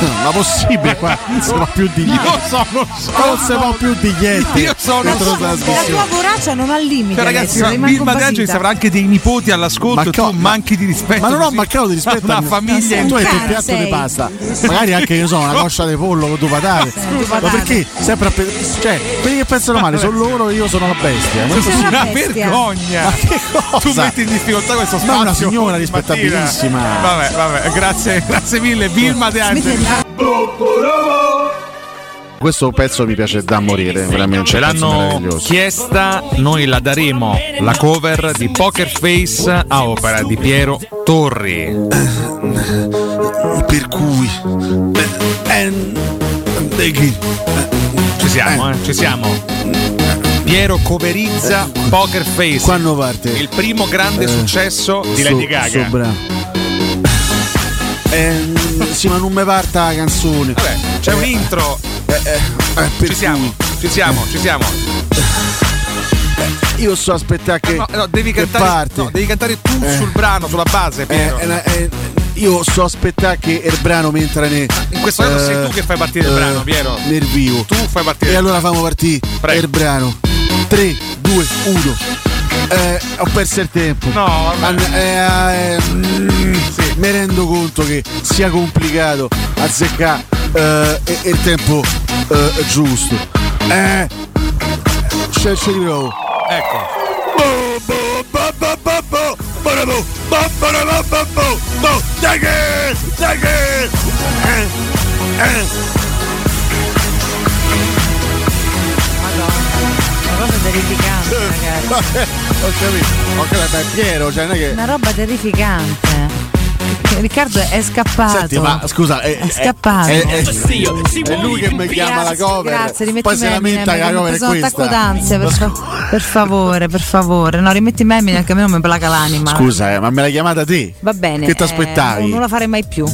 Speaker 4: [laughs] Ma possibile qua? Non si può più di
Speaker 5: io sono
Speaker 4: Non si può più di niente.
Speaker 5: Io sono-
Speaker 4: Dentro
Speaker 3: La
Speaker 4: la
Speaker 3: tua, la
Speaker 4: trasmissione.
Speaker 3: tua voracia non ha limiti.
Speaker 5: Cioè, ragazzi,
Speaker 3: Alessio,
Speaker 5: ma
Speaker 3: rimango
Speaker 5: Vilma De Angelis
Speaker 3: basita.
Speaker 5: avrà anche dei nipoti all'ascolto e
Speaker 4: co-
Speaker 5: tu manchi di rispetto.
Speaker 4: Ma non ho
Speaker 5: così.
Speaker 4: mancato di rispetto
Speaker 5: Una
Speaker 4: a me.
Speaker 5: famiglia
Speaker 3: Ma
Speaker 4: tu hai
Speaker 3: sei
Speaker 4: detto
Speaker 3: un
Speaker 4: un piatto
Speaker 3: cane,
Speaker 4: di pasta, magari anche io so, una coscia di pollo con due patate.
Speaker 3: due
Speaker 4: Ma
Speaker 3: patate.
Speaker 4: perché sempre a pe- cioè, quelli che pensano male sono loro e io sono la bestia. Ma
Speaker 3: sei
Speaker 4: [laughs]
Speaker 5: una,
Speaker 3: una bestia.
Speaker 5: vergogna. Tu
Speaker 4: cosa?
Speaker 5: metti in difficoltà questo spazio.
Speaker 4: Ma una signora
Speaker 5: di mattina.
Speaker 4: rispettabilissima.
Speaker 5: Vabbè, vabbè, grazie, grazie mille Vilma De Angelis.
Speaker 4: Questo pezzo mi piace da morire, veramente.
Speaker 5: Ce
Speaker 4: un pezzo
Speaker 5: l'hanno
Speaker 4: meraviglioso.
Speaker 5: chiesta, noi la daremo la cover di Poker Face a opera di Piero Torri.
Speaker 2: Per cui.
Speaker 5: eh, Ci siamo, eh? Ci siamo. Piero coverizza Poker Face.
Speaker 4: Quando parte?
Speaker 5: il primo grande successo di Lady
Speaker 4: Su-
Speaker 5: Gaga.
Speaker 4: su bra- Ehm, sì, ma non mi parta la canzone.
Speaker 5: Vabbè, c'è un intro.
Speaker 4: Eh, per
Speaker 5: Ci siamo, ci siamo, ci siamo.
Speaker 4: cui Io sto aspettando che.
Speaker 5: No, no, devi
Speaker 4: che
Speaker 5: cantare,
Speaker 4: parti.
Speaker 5: no, devi cantare tu
Speaker 4: Eh.
Speaker 5: sul brano, sulla base,
Speaker 4: Eh,
Speaker 5: Piero.
Speaker 4: eh, la- eh, io so aspettare che il brano mi entra ne, eh,
Speaker 5: In questo caso sei tu che fai partire il brano, Piero.
Speaker 4: Nel vivo.
Speaker 5: Tu fai partire.
Speaker 4: E allora famo partire
Speaker 5: Prego.
Speaker 4: il brano. 3, 2, 1. Eh, ho perso il tempo.
Speaker 5: No, vabbè.
Speaker 4: An- eh, eh, mm, Mi rendo conto che sia complicato azzeccare eh, e- e il tempo eh, giusto. Eh, ci ci [laughs] riprovo.
Speaker 5: Ecco.
Speaker 3: Una cosa terrificante, ragazzi.
Speaker 4: Ho capito. Ho capito, è Piero, cioè non è che.
Speaker 3: Una roba terrificante. Riccardo è scappato.
Speaker 4: Senti, ma scusa, eh, è,
Speaker 3: È scappato.
Speaker 4: È, è- eh, è lui che mi chiama la
Speaker 3: Grazie,
Speaker 4: cover.
Speaker 3: Grazie, rimetti
Speaker 4: Poi si lamenta che la cover è
Speaker 3: sono attacco
Speaker 4: questa.
Speaker 3: d'ansia, per,
Speaker 4: [laughs]
Speaker 3: fa- per favore, per favore. No, rimetti me anche a me non mi placa l'anima.
Speaker 4: Scusa, eh, ma me l'hai chiamata te?
Speaker 3: Va bene.
Speaker 4: Che ti
Speaker 3: eh,
Speaker 4: aspettavi?
Speaker 3: non- non la farei mai più.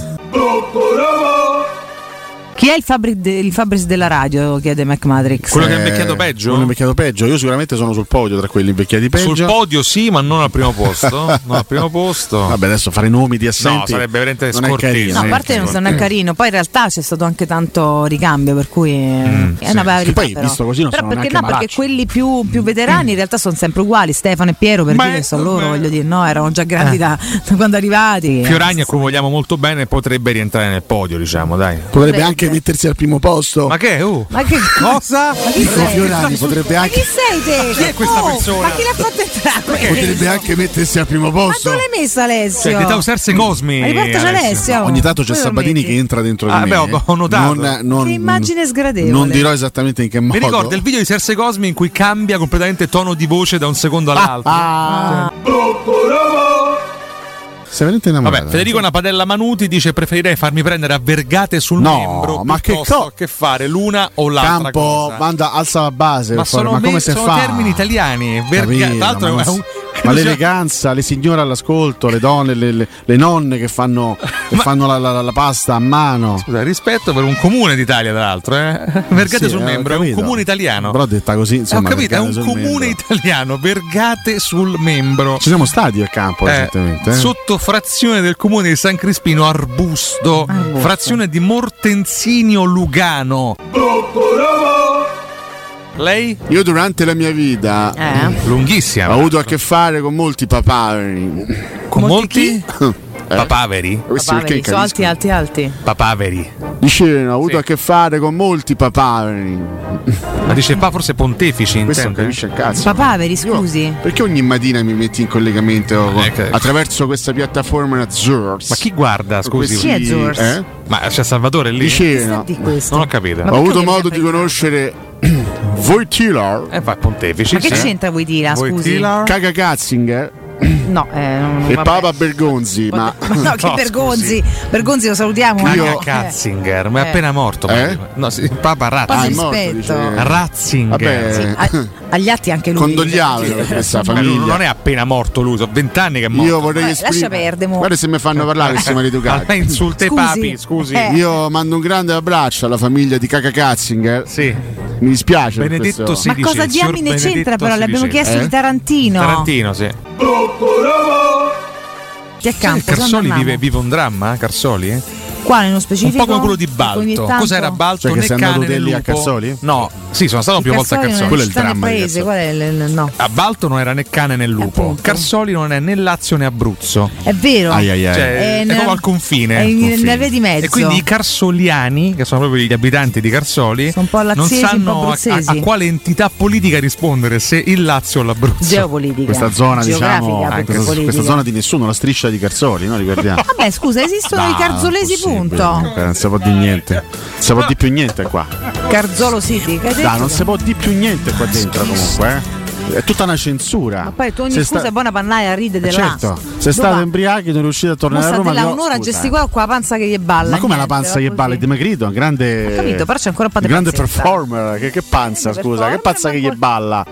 Speaker 3: Chi è il, Fabri- de- il Fabris della radio? chiede Mac Matrix.
Speaker 5: Quello che
Speaker 4: Eh,
Speaker 5: è invecchiato peggio?
Speaker 4: Non è invecchiato peggio. Io sicuramente sono sul podio tra quelli invecchiati peggio.
Speaker 5: Sul podio sì, ma non al primo
Speaker 4: [laughs]
Speaker 5: posto. Non al primo posto.
Speaker 4: Vabbè, adesso fare nomi di assenti.
Speaker 5: No, sarebbe veramente
Speaker 4: non è
Speaker 5: scortese.
Speaker 4: carino.
Speaker 3: No, a
Speaker 5: Sì,
Speaker 3: parte non,
Speaker 5: sì.
Speaker 3: so, non è carino, poi in realtà c'è stato anche tanto ricambio, per cui eh, è una
Speaker 4: Mm, Che
Speaker 3: bella verità,
Speaker 4: poi,
Speaker 3: però.
Speaker 4: visto così, non
Speaker 3: Però
Speaker 4: sono
Speaker 3: perché,
Speaker 4: neanche
Speaker 3: no, perché
Speaker 4: malacci.
Speaker 3: quelli più, più veterani in realtà sono sempre uguali, Stefano e Piero, per
Speaker 5: Ma
Speaker 3: dire
Speaker 5: è-
Speaker 3: che sono loro,
Speaker 5: ma-
Speaker 3: voglio dire, no, erano già grandi
Speaker 4: Eh.
Speaker 3: da, da quando arrivati.
Speaker 5: Fioragna, a cui vogliamo molto bene, potrebbe rientrare nel podio, diciamo, dai.
Speaker 4: Potrebbe
Speaker 3: eh.
Speaker 4: anche mettersi al primo posto.
Speaker 5: Ma che? Oh.
Speaker 3: Ma che
Speaker 5: Cosa?
Speaker 3: Ma chi
Speaker 4: Dico
Speaker 3: sei?
Speaker 4: Fiorani potrebbe
Speaker 3: Ma chi
Speaker 4: anche,
Speaker 3: sei te? Oh,
Speaker 5: Chi è questa persona?
Speaker 3: Ma chi l'ha fatta entrare?
Speaker 4: potrebbe anche mettersi al primo
Speaker 3: Ma
Speaker 4: posto.
Speaker 3: dove l'hai messa Alessio?
Speaker 5: Cioè, di Tauserse Cosmi.
Speaker 3: Ma riportaci
Speaker 5: Alessio.
Speaker 3: Alessio.
Speaker 4: Ogni tanto c'è
Speaker 3: Poi lo
Speaker 4: Sabatini
Speaker 3: metti.
Speaker 4: che entra dentro
Speaker 5: Ah,
Speaker 4: di me. eh.
Speaker 5: beh, ho- ho notato.
Speaker 4: Non, non-
Speaker 3: Che immagine sgradevole.
Speaker 4: Non dirò esattamente in che modo.
Speaker 5: Mi ricordo il video di Serse Cosmi in cui cambia completamente tono di voce da un secondo all'altro.
Speaker 4: Ah, Sei veramente innamorata?
Speaker 5: Vabbè, Federico Napadella Manuti dice preferirei farmi prendere a vergate sul
Speaker 4: No,
Speaker 5: membro
Speaker 4: ma che
Speaker 5: piuttosto
Speaker 4: co-
Speaker 5: che fare l'una o l'altra
Speaker 4: Campo,
Speaker 5: cosa.
Speaker 4: manda, alza la base.
Speaker 5: ma
Speaker 4: per favore,
Speaker 5: sono,
Speaker 4: ma come
Speaker 5: me-
Speaker 4: si
Speaker 5: sono
Speaker 4: fa?
Speaker 5: termini italiani, vergate.
Speaker 4: Capito,
Speaker 5: Tra l'altro
Speaker 4: ma,
Speaker 5: è un- Cioè,
Speaker 4: ma
Speaker 5: [laughs]
Speaker 4: l'eleganza, le signore all'ascolto, le donne, le, le- le nonne che fanno, che fanno la, la- la pasta a mano.
Speaker 5: Scusa, rispetto per un comune d'Italia, tra l'altro, eh? Vergate
Speaker 4: Sì,
Speaker 5: sul
Speaker 4: eh, ho
Speaker 5: membro, è un
Speaker 4: capito.
Speaker 5: comune italiano.
Speaker 4: Però detta così,
Speaker 5: ho
Speaker 4: insomma,
Speaker 5: capito, è un
Speaker 4: vergate sul
Speaker 5: comune
Speaker 4: membro.
Speaker 5: italiano, vergate sul membro.
Speaker 4: Ci siamo stati al campo
Speaker 5: Eh,
Speaker 4: recentemente. eh?
Speaker 5: Sotto frazione del comune di San Crispino, arbusto, frazione di Mortensinio Lugano. Lei?
Speaker 4: Io durante la mia vita
Speaker 3: Eh.
Speaker 5: Lunghissima.
Speaker 4: ho avuto a che fare con molti
Speaker 5: [laughs]
Speaker 4: papaveri.
Speaker 5: con molti?
Speaker 4: Eh.
Speaker 5: Papaveri.
Speaker 4: Questo
Speaker 3: Papaveri,
Speaker 4: perché
Speaker 3: su alti,
Speaker 4: capiscono.
Speaker 3: alti, alti.
Speaker 5: Papaveri.
Speaker 4: Dicevano, ho avuto
Speaker 5: Sì.
Speaker 4: a che fare con molti papaveri.
Speaker 5: Ma dice pa forse pontefici,
Speaker 4: Questo non
Speaker 5: intende?
Speaker 4: capisce il cazzo.
Speaker 3: Papaveri,
Speaker 4: Io-
Speaker 3: scusi.
Speaker 4: Perché ogni mattina mi metti in collegamento con-
Speaker 5: ecco.
Speaker 4: attraverso questa piattaforma azzurra?
Speaker 5: Ma chi guarda, scusi?
Speaker 3: Chi è Zurs?
Speaker 4: Eh?
Speaker 5: Ma c'è Salvatore lì?
Speaker 4: Dicevano,
Speaker 3: Di questo.
Speaker 5: Non ho capito.
Speaker 3: Ma
Speaker 4: ho
Speaker 3: perché
Speaker 4: avuto
Speaker 3: mi
Speaker 4: modo
Speaker 3: fai
Speaker 4: di
Speaker 3: fare-
Speaker 4: conoscere [clears throat] Voitilar,
Speaker 5: Eh, fa pontefici.
Speaker 3: Ma che
Speaker 5: sì.
Speaker 3: c'entra vuoi dire,
Speaker 5: Voi
Speaker 3: scusi?
Speaker 5: Tila?
Speaker 4: Caga Katzinger
Speaker 3: No, eh, non-
Speaker 4: e
Speaker 3: vabbè.
Speaker 4: Papa Bergonzi. Ma
Speaker 3: [laughs]
Speaker 4: [laughs]
Speaker 3: No, che
Speaker 5: No,
Speaker 3: Bergonzi. Bergonzi lo salutiamo.
Speaker 5: Caga
Speaker 3: eh.
Speaker 5: Katzinger, ma è
Speaker 3: Eh.
Speaker 5: appena morto.
Speaker 4: Eh?
Speaker 5: ma- No, sì, Papa
Speaker 4: ah, è
Speaker 5: Ratzinger.
Speaker 4: morto.
Speaker 3: rispetto.
Speaker 4: dice.
Speaker 5: Ratzinger.
Speaker 4: Vabbè,
Speaker 5: Sì.
Speaker 3: A- agli atti anche lui.
Speaker 4: condogliamo per questa
Speaker 5: Ma lui
Speaker 4: famiglia.
Speaker 5: non è appena morto lui, sono vent'anni che è morto. Eh,
Speaker 4: Io vorrei
Speaker 3: Vabbè,
Speaker 4: esprimere.
Speaker 3: Eh, lascia perdere, mo.
Speaker 4: Guarda se mi fanno parlare, questi
Speaker 5: Ma [laughs] lei
Speaker 4: maleducati.
Speaker 5: insulta i
Speaker 3: Scusi.
Speaker 5: papi, scusi.
Speaker 3: Eh.
Speaker 4: Io mando un grande abbraccio alla famiglia di Caca Katzinger.
Speaker 5: Sì.
Speaker 4: Mi dispiace. per
Speaker 5: Benedetto
Speaker 4: questo.
Speaker 5: si
Speaker 3: Ma
Speaker 5: dice,
Speaker 3: cosa
Speaker 5: il signor
Speaker 3: diamine
Speaker 5: Benedetto
Speaker 3: c'entra però?
Speaker 5: si
Speaker 3: L'abbiamo
Speaker 5: dice.
Speaker 3: chiesto
Speaker 4: Eh?
Speaker 3: di Tarantino.
Speaker 5: Tarantino, sì.
Speaker 3: Che
Speaker 5: Eh,
Speaker 3: campo?
Speaker 5: Carsoli
Speaker 3: Sandro
Speaker 5: vive,
Speaker 3: Amamo.
Speaker 5: vive un dramma, Carsoli? eh?
Speaker 3: Qua nello specifico.
Speaker 5: un po' come quello di
Speaker 3: Ogni
Speaker 5: Balto.
Speaker 3: tanto-
Speaker 5: Cos'era Balto?
Speaker 4: Cioè che
Speaker 5: né
Speaker 4: sei
Speaker 5: cane
Speaker 4: andato
Speaker 5: né
Speaker 4: te lì a
Speaker 5: lupo?
Speaker 4: Carsoli?
Speaker 5: No, sì, sono stato più volte a
Speaker 3: Carsoli
Speaker 5: Carsoli.
Speaker 3: non
Speaker 4: Quello è il
Speaker 3: città nel
Speaker 4: dramma di
Speaker 3: paese,
Speaker 4: Carsoli.
Speaker 3: qual è il- il- no.
Speaker 5: A Balto non era né cane né lupo.
Speaker 3: Appunto.
Speaker 5: Carsoli non è né Lazio né Abruzzo.
Speaker 3: È vero.
Speaker 4: Ai, ai, ai.
Speaker 5: Cioè, è,
Speaker 3: nella-
Speaker 5: proprio al confine.
Speaker 3: È in-
Speaker 5: Confine.
Speaker 3: nella via di mezzo.
Speaker 5: E quindi i carsoliani, che sono proprio gli abitanti di Carsoli,
Speaker 3: Sono un po'
Speaker 5: non
Speaker 3: laziesi, un po'
Speaker 5: sanno a, a-
Speaker 3: abruzzesi.
Speaker 5: a quale entità politica rispondere, se il Lazio o l'Abruzzo.
Speaker 3: Geopolitica.
Speaker 4: questa zona,
Speaker 3: Geografica,
Speaker 4: diciamo,
Speaker 3: proprio
Speaker 4: questa,
Speaker 3: politica.
Speaker 4: questa zona di nessuno, la striscia di Carsoli, no? [laughs] Ricordiamo.
Speaker 3: Vabbè, scusa, esistono i
Speaker 4: No,
Speaker 3: Carzolesi,
Speaker 4: impossibile.
Speaker 3: punto.
Speaker 4: Eh, Non si può di niente. Non si può di più niente qua.
Speaker 3: Carzolo City. che hai
Speaker 4: Dai,
Speaker 3: detto?
Speaker 4: non si può di più niente qua dentro comunque. eh. È tutta una censura.
Speaker 3: Ma poi tu ogni
Speaker 4: Se
Speaker 3: scusa
Speaker 4: sta-
Speaker 3: è buona pannaia, ride
Speaker 4: Eh,
Speaker 3: della.
Speaker 4: Certo, se state imbriachi non riuscite a tornare a Roma.
Speaker 3: là
Speaker 4: io-
Speaker 3: un'ora a
Speaker 4: scusa,
Speaker 3: gesti
Speaker 4: eh.
Speaker 3: qua con la panza che gli balla.
Speaker 4: Ma come la
Speaker 3: niente,
Speaker 4: panza
Speaker 3: va
Speaker 4: che
Speaker 3: così.
Speaker 4: balle è dimagrito? Un grande.
Speaker 3: Ho capito, però c'è ancora un po' di
Speaker 4: un grande
Speaker 3: panzetta.
Speaker 4: performer. Che, che panza,
Speaker 3: Grande
Speaker 4: scusa, che
Speaker 3: performer,
Speaker 4: pazza che
Speaker 3: ma
Speaker 4: gli
Speaker 3: poi-
Speaker 4: balla.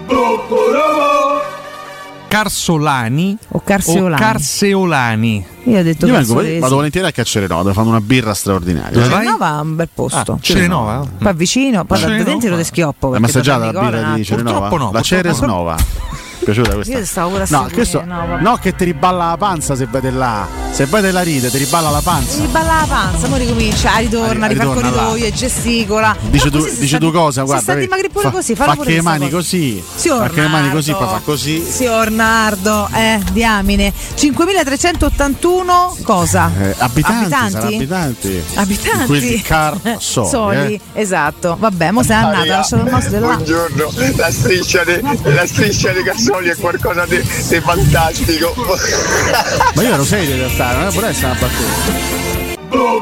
Speaker 5: Carsolani
Speaker 3: O
Speaker 5: o
Speaker 3: Carseolani.
Speaker 5: Carseolani.
Speaker 3: Io ho detto
Speaker 4: Io vengo,
Speaker 3: Carzolesi.
Speaker 4: vado volentieri a Cacciarenova, dove fanno una birra straordinaria.
Speaker 3: Cioè,
Speaker 5: Dove vai?
Speaker 3: Cernova è un bel posto.
Speaker 5: Ah, Cerenova?
Speaker 3: Poi vicino, poi da
Speaker 5: Cerenova.
Speaker 3: dentro lo schioppo.
Speaker 4: L'hai
Speaker 3: perché da
Speaker 4: massaggiata la
Speaker 3: Nicola è un
Speaker 4: birra di
Speaker 3: altro.
Speaker 4: Cerenova?
Speaker 5: Purtroppo no,
Speaker 4: La
Speaker 5: purtroppo
Speaker 4: Ceresnova. Piaciuta questa?
Speaker 3: Io stavo pure a
Speaker 4: no,
Speaker 3: seguire,
Speaker 4: questo,
Speaker 3: no, vabbè.
Speaker 4: no, che ti riballa la panza se vai là. Se vai là ride, ti riballa la panza.
Speaker 3: Gli balla la panza, poi ricomincia, ritorna,
Speaker 4: Ah,
Speaker 3: rifà il
Speaker 4: ritorna là.
Speaker 3: corridoio e gesticola.
Speaker 4: Dice,
Speaker 3: Però
Speaker 4: due,
Speaker 3: così se
Speaker 4: dice
Speaker 3: sta-
Speaker 4: due cose, guarda.
Speaker 3: Se sta
Speaker 4: vedi,
Speaker 3: dimagri pure
Speaker 4: fa-
Speaker 3: così,
Speaker 4: fa
Speaker 3: fallo
Speaker 4: che
Speaker 3: pure
Speaker 4: le
Speaker 3: questa
Speaker 4: mani
Speaker 3: cosa.
Speaker 4: così.
Speaker 3: Signor
Speaker 4: Fa che le mani
Speaker 3: Nardo.
Speaker 4: così, poi fa così.
Speaker 3: Signor Nardo, eh, diamine. 5381 cosa?
Speaker 4: Eh, abitanti,
Speaker 3: Abitanti?
Speaker 4: sarà abitanti.
Speaker 3: Abitanti.
Speaker 4: Quelli Ah,
Speaker 3: [laughs]
Speaker 4: car soli. eh.
Speaker 3: Soli, esatto. Vabbè, mo sei andato, ha lasciato il nostro là.
Speaker 9: Buongiorno, la striscia, de- la striscia dei Cassoli è qualcosa di fantastico.
Speaker 4: eh. Ma io ero serio in realtà, non è pure essere una battuta.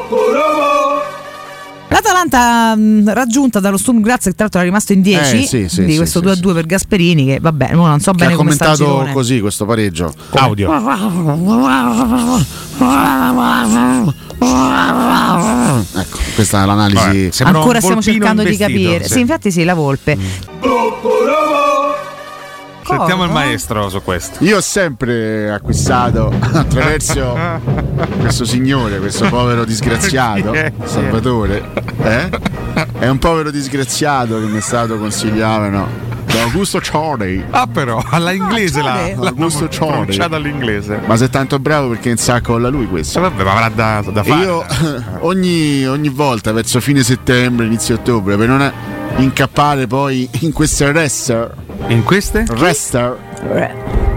Speaker 3: L'Atalanta mh, raggiunta dallo Sturm Graz, che tra l'altro era rimasto in 10
Speaker 4: Eh, sì, sì,
Speaker 3: di
Speaker 4: sì,
Speaker 3: questo
Speaker 4: sì,
Speaker 3: 2 a 2 per Gasperini. Che vabbè, mo non so
Speaker 4: Che
Speaker 3: bene
Speaker 4: ha
Speaker 3: come sta il
Speaker 4: commentato
Speaker 3: girone.
Speaker 4: così questo pareggio.
Speaker 5: Audio.
Speaker 4: Ecco, questa è l'analisi.
Speaker 5: Vabbè, sembra
Speaker 3: Ancora
Speaker 5: un
Speaker 3: stiamo
Speaker 5: volpino
Speaker 3: cercando di
Speaker 5: investito,
Speaker 3: capire. Sì.
Speaker 5: sì.
Speaker 3: infatti, sì, la
Speaker 4: Mm.
Speaker 3: volpe.
Speaker 5: Sentiamo il
Speaker 3: Cosa?
Speaker 5: maestro su questo.
Speaker 4: Io ho sempre acquistato [laughs]
Speaker 5: [laughs]
Speaker 4: attraverso questo signore, questo povero disgraziato,
Speaker 5: Chi è? Chi è?
Speaker 4: Salvatore. eh? È un povero disgraziato che mi è stato consigliato no? da Augusto Ciorei.
Speaker 5: Ah però, [laughs] alla inglese la,
Speaker 3: Cione.
Speaker 5: la
Speaker 4: Augusto Cione.
Speaker 5: pronunciata all'inglese. Ma
Speaker 4: Ma sei tanto bravo perché in sacco alla lui questo.
Speaker 5: vabbè, ma avrà da, da
Speaker 4: E
Speaker 5: fare.
Speaker 4: io [laughs] ogni, ogni volta verso fine settembre, inizio ottobre, per non incappare poi in queste wrestler,
Speaker 5: In queste?
Speaker 4: wrestler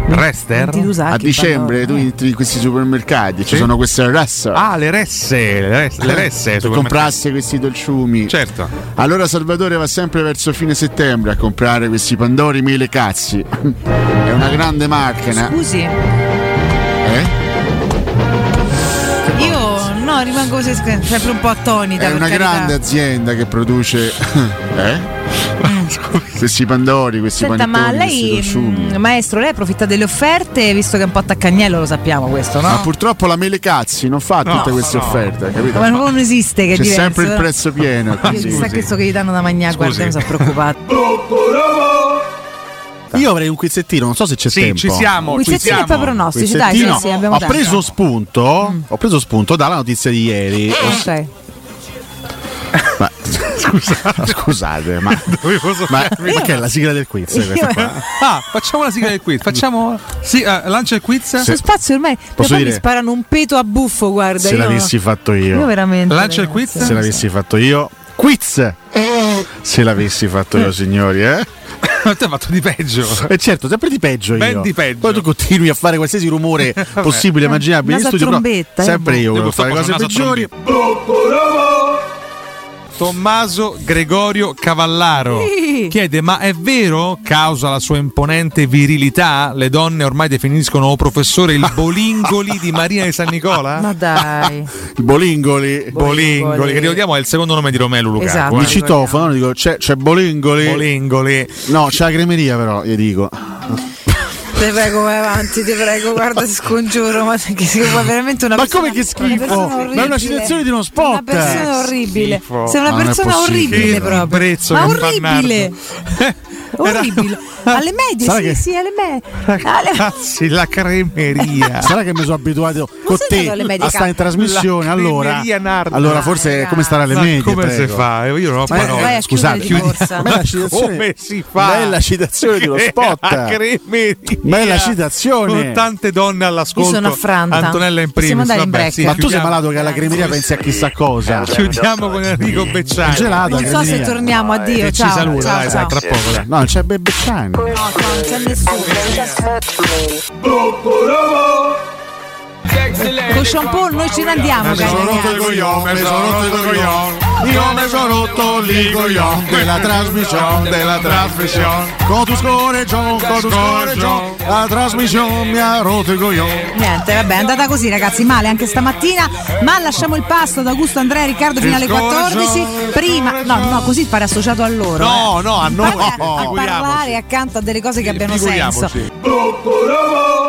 Speaker 5: Rester?
Speaker 3: Ti usa
Speaker 4: a
Speaker 3: anche il
Speaker 4: dicembre tu
Speaker 3: padrone.
Speaker 4: entri in questi supermercati, e ci
Speaker 5: Sì.
Speaker 4: sono queste wrestler.
Speaker 5: Ah, le resse. Le resse. Le resse
Speaker 4: per
Speaker 5: supermercati.
Speaker 4: comprarsi questi dolciumi.
Speaker 5: Certo.
Speaker 4: Allora Salvatore va sempre verso fine settembre a comprare questi Pandori mele cazzi. È una grande macchina.
Speaker 3: Scusi,
Speaker 4: eh?
Speaker 3: io no, rimango così sc- sempre un po' attonita.
Speaker 4: È
Speaker 3: per
Speaker 4: una
Speaker 3: carità.
Speaker 4: grande azienda che produce [laughs] eh? questi Pandori, questi
Speaker 3: Senta, ma
Speaker 4: panettoni, questi
Speaker 3: lei, mm,
Speaker 4: dolciumi.
Speaker 3: mh, maestro, lei approfitta delle offerte, visto che è un po' attaccagniello, lo sappiamo questo,
Speaker 4: Ma
Speaker 3: no?
Speaker 4: purtroppo la mele cazzi non fa tutte queste
Speaker 5: no.
Speaker 4: offerte, capito?
Speaker 3: Ma non esiste che è
Speaker 4: C'è
Speaker 3: diverso.
Speaker 4: sempre il
Speaker 3: no?
Speaker 4: prezzo pieno.
Speaker 3: Io
Speaker 4: quindi-
Speaker 3: chissà questo che gli danno da mangiare, guarda,
Speaker 5: Scusi.
Speaker 3: mi
Speaker 4: [laughs]
Speaker 3: sono preoccupato.
Speaker 4: Io avrei un quizzettino, non so se c'è
Speaker 5: Sì, ci siamo. Ci
Speaker 3: Quizzettini
Speaker 5: siamo.
Speaker 3: e poi pronostici, dai, sì,
Speaker 4: Quizzettino.
Speaker 3: sì, abbiamo
Speaker 4: ho
Speaker 3: tanto.
Speaker 4: preso spunto, ho preso spunto dalla notizia di
Speaker 3: Eh.
Speaker 4: ieri. Oh,
Speaker 3: Ok.
Speaker 4: Ma,
Speaker 3: [laughs]
Speaker 4: scusate, ma,
Speaker 5: Dovevo so-
Speaker 4: ma- ma che è la sigla del quiz? questa qua?
Speaker 5: Ah, facciamo la sigla del quiz. Facciamo. Sì, eh, lancia il quiz.
Speaker 3: Questo spazio ormai
Speaker 4: Posso
Speaker 3: poi
Speaker 4: dire-
Speaker 3: mi sparano un peto a buffo, guarda.
Speaker 4: Se
Speaker 3: io,
Speaker 4: l'avessi fatto
Speaker 3: io
Speaker 4: io,
Speaker 3: veramente.
Speaker 5: Lancia il
Speaker 3: ragazzi.
Speaker 5: quiz?
Speaker 4: se l'avessi fatto io, quiz. Se l'avessi fatto io, signori, eh?
Speaker 5: [laughs] Ma te hai fatto di peggio.
Speaker 4: E certo, sempre di peggio io.
Speaker 5: Ben di peggio.
Speaker 4: Poi tu continui a fare qualsiasi rumore
Speaker 5: [laughs] Vabbè.
Speaker 4: possibile, immaginabile in
Speaker 3: Naso a
Speaker 4: studio. però
Speaker 3: trombetta, eh,
Speaker 4: sempre
Speaker 3: boh.
Speaker 4: io volevo
Speaker 5: Devo
Speaker 4: fare cose
Speaker 5: stare con naso a
Speaker 4: peggiori.
Speaker 5: Tommaso Gregorio Cavallaro
Speaker 3: Sì.
Speaker 5: chiede: Ma è vero, causa la sua imponente virilità, le donne ormai definiscono o
Speaker 4: [laughs]
Speaker 5: professore il Bolingoli di Marina di San Nicola?
Speaker 3: Ma dai,
Speaker 4: I bolingoli.
Speaker 5: Bolingoli, che ricordiamo è il secondo nome di Romelu Lukaku.
Speaker 3: Esatto.
Speaker 5: eh.
Speaker 4: Mi citofono, dico c'è, c'è Bolingoli.
Speaker 3: [laughs]
Speaker 5: Bolingoli.
Speaker 4: No, c'è la cremeria, però, gli dico.
Speaker 3: [laughs] Ah. ti prego, vai avanti, ti prego, guarda, ti scongiuro, ma che sembra veramente una
Speaker 4: Ma
Speaker 3: persona-
Speaker 4: come che
Speaker 3: una
Speaker 4: schifo?
Speaker 3: persona
Speaker 4: Ma è una
Speaker 3: orribile.
Speaker 4: citazione di uno
Speaker 3: Una
Speaker 4: spot.
Speaker 3: persona orribile.
Speaker 5: schifo.
Speaker 3: Sei una
Speaker 4: Ma non è
Speaker 3: persona
Speaker 4: possibile.
Speaker 3: orribile
Speaker 4: Che
Speaker 3: proprio.
Speaker 5: ribrezzo
Speaker 3: Ma
Speaker 5: che mi fa
Speaker 3: orribile. [laughs] Orribile. Alle medie,
Speaker 4: Sai
Speaker 3: sì,
Speaker 4: che-
Speaker 3: sì, alle medie. Alle...
Speaker 5: Ragazzi, la cremeria.
Speaker 4: Sarà che mi sono abituato con
Speaker 3: sei andato alle
Speaker 4: te a
Speaker 3: medica?
Speaker 4: stare in trasmissione.
Speaker 5: La
Speaker 4: Allora,
Speaker 5: cremeria Narda.
Speaker 4: allora forse è come stare alle
Speaker 5: Ma
Speaker 4: medie.
Speaker 5: come si
Speaker 4: prego.
Speaker 5: fa? Io non ho
Speaker 4: Ma- eh,
Speaker 3: Vai
Speaker 5: parole.
Speaker 3: a
Speaker 4: scusate,
Speaker 3: chiudere
Speaker 4: chiudi-
Speaker 3: di
Speaker 4: [laughs]
Speaker 3: corsa.
Speaker 4: Ma è la citazione-
Speaker 5: Come si fa?
Speaker 4: Bella citazione
Speaker 5: [laughs]
Speaker 4: di uno spot.
Speaker 5: La cremeria.
Speaker 4: Bella citazione.
Speaker 5: Con tante donne all'ascolto.
Speaker 3: Io sono affranta.
Speaker 5: Antonella in primis.
Speaker 3: Possiamo andare in
Speaker 5: Vabbè,
Speaker 3: break?
Speaker 5: sì,
Speaker 4: Ma tu sei
Speaker 5: chiudiamo- eh,
Speaker 4: malato che alla cremeria pensi a chissà cosa.
Speaker 5: Chiudiamo con Enrico Becciani.
Speaker 4: Gelato,
Speaker 3: Non so se
Speaker 4: cremeria.
Speaker 3: torniamo, addio,
Speaker 5: Che
Speaker 3: ciao.
Speaker 5: ci saluta,
Speaker 3: ciao,
Speaker 5: dai, dai,
Speaker 3: ciao.
Speaker 5: tra poco. dai.
Speaker 4: No, c'è Bebbecciani.
Speaker 3: No, no, non c'è nessuno. Con Sean Paul noi ce ne andiamo,
Speaker 4: Mi sono rotto il
Speaker 3: cari.
Speaker 4: coglione, mi sono rotto il coglione. Io mi sono rotto il coglione della trasmissione, della trasmissione. Con tu scorreggion, con tu scorreggion, la trasmissione mi ha rotto il coglione.
Speaker 3: Niente, vabbè, è andata così, ragazzi, male anche stamattina, ma lasciamo il pasto ad Augusto, Andrea e Riccardo fino alle 14. Prima, no, no, così pare associato a loro.
Speaker 5: No, [laughs] no, a
Speaker 3: eh.
Speaker 5: noi.
Speaker 3: Pare a
Speaker 5: Figuriamoci.
Speaker 3: parlare accanto a delle cose che abbiano senso.
Speaker 5: Figuriamoci.